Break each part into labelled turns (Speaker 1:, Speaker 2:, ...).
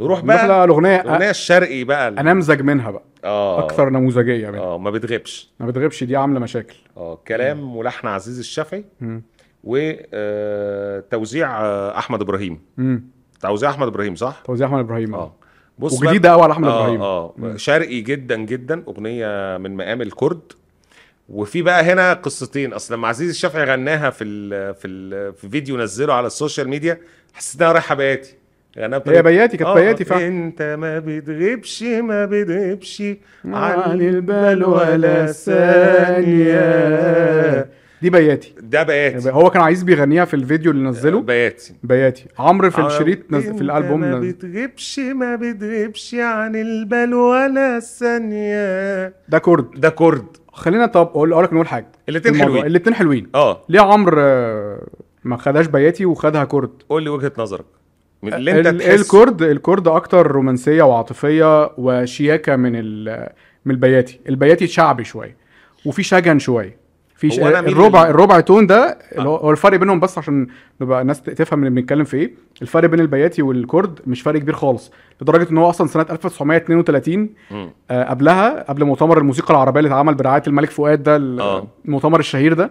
Speaker 1: نروح
Speaker 2: نروح
Speaker 1: بقى
Speaker 2: لها الاغنيه
Speaker 1: الاغنيه الشرقي بقى ال-
Speaker 2: انمزج منها بقى
Speaker 1: اه
Speaker 2: اكثر نموذجيه منها
Speaker 1: اه ما بتغيبش
Speaker 2: ما بتغيبش دي عامله مشاكل
Speaker 1: اه كلام ولحن عزيز الشافعي آه،
Speaker 2: مم.
Speaker 1: وتوزيع احمد ابراهيم
Speaker 2: امم
Speaker 1: توزيع احمد ابراهيم صح
Speaker 2: توزيع احمد ابراهيم
Speaker 1: اه
Speaker 2: اه
Speaker 1: بص بقى-
Speaker 2: وجديده قوي على احمد
Speaker 1: آه،
Speaker 2: ابراهيم
Speaker 1: اه
Speaker 2: مم.
Speaker 1: شرقي جدا جدا اغنيه من مقام الكرد وفي بقى هنا قصتين اصل لما عزيز الشافعي غناها في ال في ال في فيديو نزله على السوشيال ميديا حسيت انها رايحه بياتي غناها بطريقة-
Speaker 2: هي بياتي كانت
Speaker 1: آه،
Speaker 2: بياتي فعلا
Speaker 1: انت ما بتغيبش ما بتغيبش عن
Speaker 2: آه، عن
Speaker 1: البال
Speaker 2: البال
Speaker 1: ولا
Speaker 2: ولا
Speaker 1: ثانيه
Speaker 2: ثانية. دي بياتي
Speaker 1: ده بياتي
Speaker 2: هو كان عايز بيغنيها في الفيديو اللي نزله
Speaker 1: بياتي
Speaker 2: بياتي عمرو في
Speaker 1: آه،
Speaker 2: الشريط نز...
Speaker 1: انت
Speaker 2: في الالبوم
Speaker 1: ما
Speaker 2: نز...
Speaker 1: بتغيبش ما بتغيبش عن البال ولا ثانيه
Speaker 2: ده كرد
Speaker 1: ده كرد
Speaker 2: خلينا طب اقول أقول لك نقول حاجه
Speaker 1: الاتنين حلوين.
Speaker 2: الاثنين حلوين
Speaker 1: اه
Speaker 2: ليه عمرو آه، ما خدهاش بياتي وخدها كرد
Speaker 1: قول لي وجهه نظرك من اللي انت
Speaker 2: ال-
Speaker 1: تحس
Speaker 2: الكرد الكرد اكتر رومانسيه وعاطفيه وشياكه من ال... من البياتي البياتي شعبي شويه وفي شجن شويه في ش...
Speaker 1: هو أنا مين
Speaker 2: الربع
Speaker 1: اللي- آه.
Speaker 2: الربع تون ده اللي هو هو الفرق بينهم بس عشان نبقى الناس تفهم اللي بنتكلم في ايه الفرق بين البياتي والكرد مش فرق كبير خالص لدرجه ان هو اصلا سنه 1932
Speaker 1: مم.
Speaker 2: آه، قبلها قبل مؤتمر الموسيقى العربيه اللي اتعمل برعايه الملك فؤاد ده ال-
Speaker 1: آه.
Speaker 2: المؤتمر الشهير ده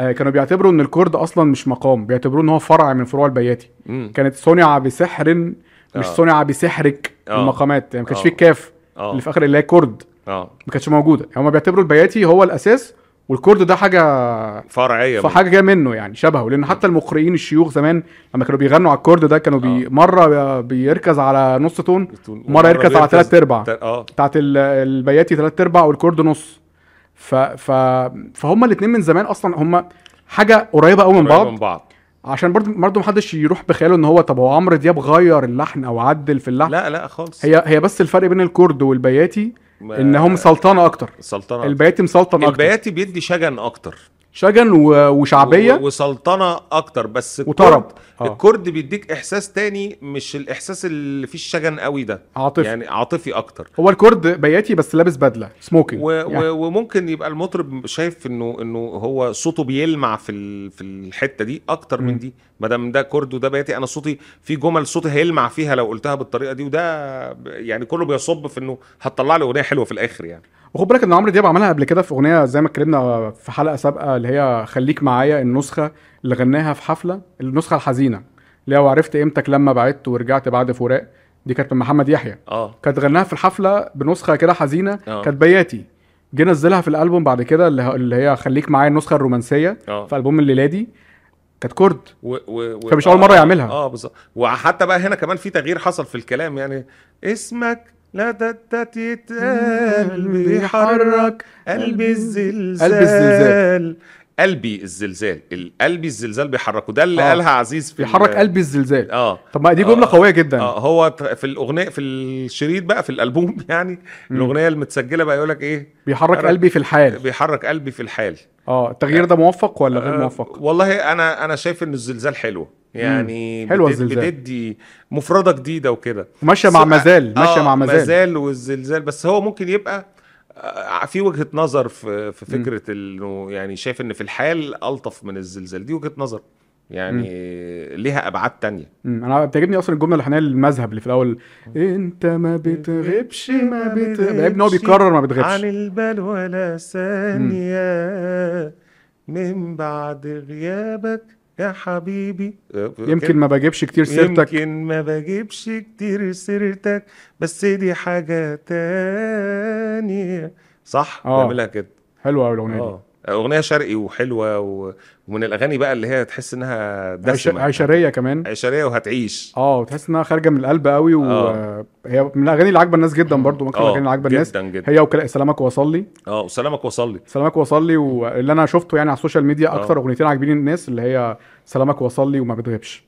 Speaker 2: آه، كانوا بيعتبروا ان الكرد اصلا مش مقام بيعتبروه ان هو فرع من فروع البياتي
Speaker 1: مم.
Speaker 2: كانت صنع بسحر مش
Speaker 1: آه.
Speaker 2: صنع بسحرك
Speaker 1: آه.
Speaker 2: المقامات يعني ما كانش
Speaker 1: آه.
Speaker 2: فيه الكاف
Speaker 1: اه
Speaker 2: اللي في اخر اللي هي كرد
Speaker 1: اه
Speaker 2: ما كانتش موجوده يعني هما بيعتبروا البياتي هو الاساس والكرد ده حاجه
Speaker 1: فرعيه من-
Speaker 2: فحاجه جايه منه يعني شبهه
Speaker 1: آه.
Speaker 2: لان حتى المقرئين الشيوخ زمان لما كانوا بيغنوا على الكرد ده كانوا بي...
Speaker 1: آه.
Speaker 2: مره بي- بيركز على نص تون
Speaker 1: ومرة
Speaker 2: مره يركز على ثلاث ارباع
Speaker 1: اه
Speaker 2: بتاعت ال- البياتي ثلاث ارباع والكرد نص ف ف فهم الاثنين من زمان اصلا هم حاجه قريبه قوي من بعض
Speaker 1: من بعض
Speaker 2: عشان برضه برضه محدش يروح بخياله ان هو طب هو عمرو دياب غير اللحن او عدل في اللحن
Speaker 1: لا لا خالص
Speaker 2: هي هي بس الفرق بين الكرد والبياتي
Speaker 1: ما-
Speaker 2: انهم مسلطنه اكتر
Speaker 1: سلطنه
Speaker 2: البياتي مسلطن اكتر
Speaker 1: آه. البياتي بيدي شجن اكتر
Speaker 2: شجن و-
Speaker 1: و-
Speaker 2: وشعبيه
Speaker 1: وسلطنه اكتر بس الكرد-
Speaker 2: وطرب. آه.
Speaker 1: الكرد بيديك احساس تاني مش الاحساس اللي فيه الشجن قوي ده
Speaker 2: عاطفي يعني
Speaker 1: يعني عاطفي اكتر
Speaker 2: هو الكرد بياتي بس لابس بدله سموكينج
Speaker 1: و...
Speaker 2: يعني
Speaker 1: و... وممكن يبقى المطرب شايف انه انه هو صوته بيلمع في ال... في الحته دي اكتر من
Speaker 2: مم.
Speaker 1: دي ما دام ده كرد وده بياتي انا صوتي في جمل صوتي هيلمع فيها لو قلتها بالطريقه دي وده ب- يعني كله بيصب في انه هتطلع لي اغنيه حلوه في الاخر يعني
Speaker 2: وخد بالك ان عمرو دياب عملها قبل كده في اغنيه زي ما اتكلمنا في حلقه سابقه اللي هي خليك معايا النسخه اللي غناها في حفله النسخه الحزينه اللي هي وعرفت قيمتك لما بعدت ورجعت بعد فراق دي كانت من محمد يحيى
Speaker 1: اه
Speaker 2: كانت غناها في الحفله بنسخه كده حزينه
Speaker 1: آه.
Speaker 2: كانت بياتي جه نزلها في الالبوم بعد كده اللي ه- اللي هي خليك معايا النسخه الرومانسيه
Speaker 1: اه
Speaker 2: في البوم الليلادي كانت كرد
Speaker 1: و... و... و...
Speaker 2: فمش أول مرة يعملها.
Speaker 1: اه بالظبط وحتى بقى هنا كمان في تغيير حصل في الكلام يعني اسمك لا تتت يتقال بيحرك قلبي الزلزال
Speaker 2: قلبي الزلزال.
Speaker 1: قلبي الزلزال ال- قلبي الزلزال بيحركه ده اللي
Speaker 2: آه.
Speaker 1: قالها عزيز في
Speaker 2: بيحرك
Speaker 1: ال-
Speaker 2: قلبي الزلزال
Speaker 1: اه
Speaker 2: طب ما دي جمله
Speaker 1: آه.
Speaker 2: قويه جدا
Speaker 1: اه هو ت- في الاغنيه في الشريط بقى في الالبوم يعني
Speaker 2: مم.
Speaker 1: الاغنيه المتسجله بقى يقول لك ايه
Speaker 2: بيحرك
Speaker 1: حرك-
Speaker 2: قلبي في الحال
Speaker 1: بيحرك قلبي في الحال
Speaker 2: اه التغيير ده موفق ولا غير
Speaker 1: آه،
Speaker 2: موفق
Speaker 1: والله انا انا شايف ان الزلزال حلوه يعني
Speaker 2: حلوة
Speaker 1: بت-
Speaker 2: الزلزال.
Speaker 1: بتدي مفرده جديده وكده
Speaker 2: ماشيه مع
Speaker 1: بس-
Speaker 2: مازال ماشيه
Speaker 1: آه،
Speaker 2: مع مازال
Speaker 1: مازال والزلزال بس هو ممكن يبقى آه، في وجهه نظر في في
Speaker 2: مم.
Speaker 1: فكره انه يعني شايف ان في الحال الطف من الزلزال دي وجهه نظر يعني ليها ابعاد تانية
Speaker 2: مم، انا بتعجبني اصلا الجمله اللحنيه المذهب اللي في الاول انت ما بتغيبش ما بت- بيعجبني ان هو بيكرر ما بتغيبش
Speaker 1: البال ولا من بعد غيابك يا حبيبي
Speaker 2: يمكن ما بجيبش كتير سيرتك
Speaker 1: يمكن ما بجيبش كتير سيرتك بس دي حاجة تانية صح
Speaker 2: آه.
Speaker 1: بيعملها كده
Speaker 2: حلوه قوي الاغنيه دي
Speaker 1: اه أغنية شرقي وحلوة و... ومن الأغاني بقى اللي هي تحس إنها
Speaker 2: عيش-
Speaker 1: دسمة
Speaker 2: عيشريه كمان
Speaker 1: عشرية وهتعيش
Speaker 2: اه وتحس انها خارجه من القلب قوي
Speaker 1: آه.
Speaker 2: وهي من الاغاني اللي عاجبه الناس جدا برضو ممكن الاغاني اللي عاجبه الناس
Speaker 1: جدا جدا
Speaker 2: هي وكلا سلامك وصلي
Speaker 1: اه وسلامك وصلي
Speaker 2: سلامك وصلي واللي انا شفته يعني على السوشيال ميديا
Speaker 1: آه.
Speaker 2: اكتر اغنيتين عاجبين الناس اللي هي سلامك وصلي وما بتغيبش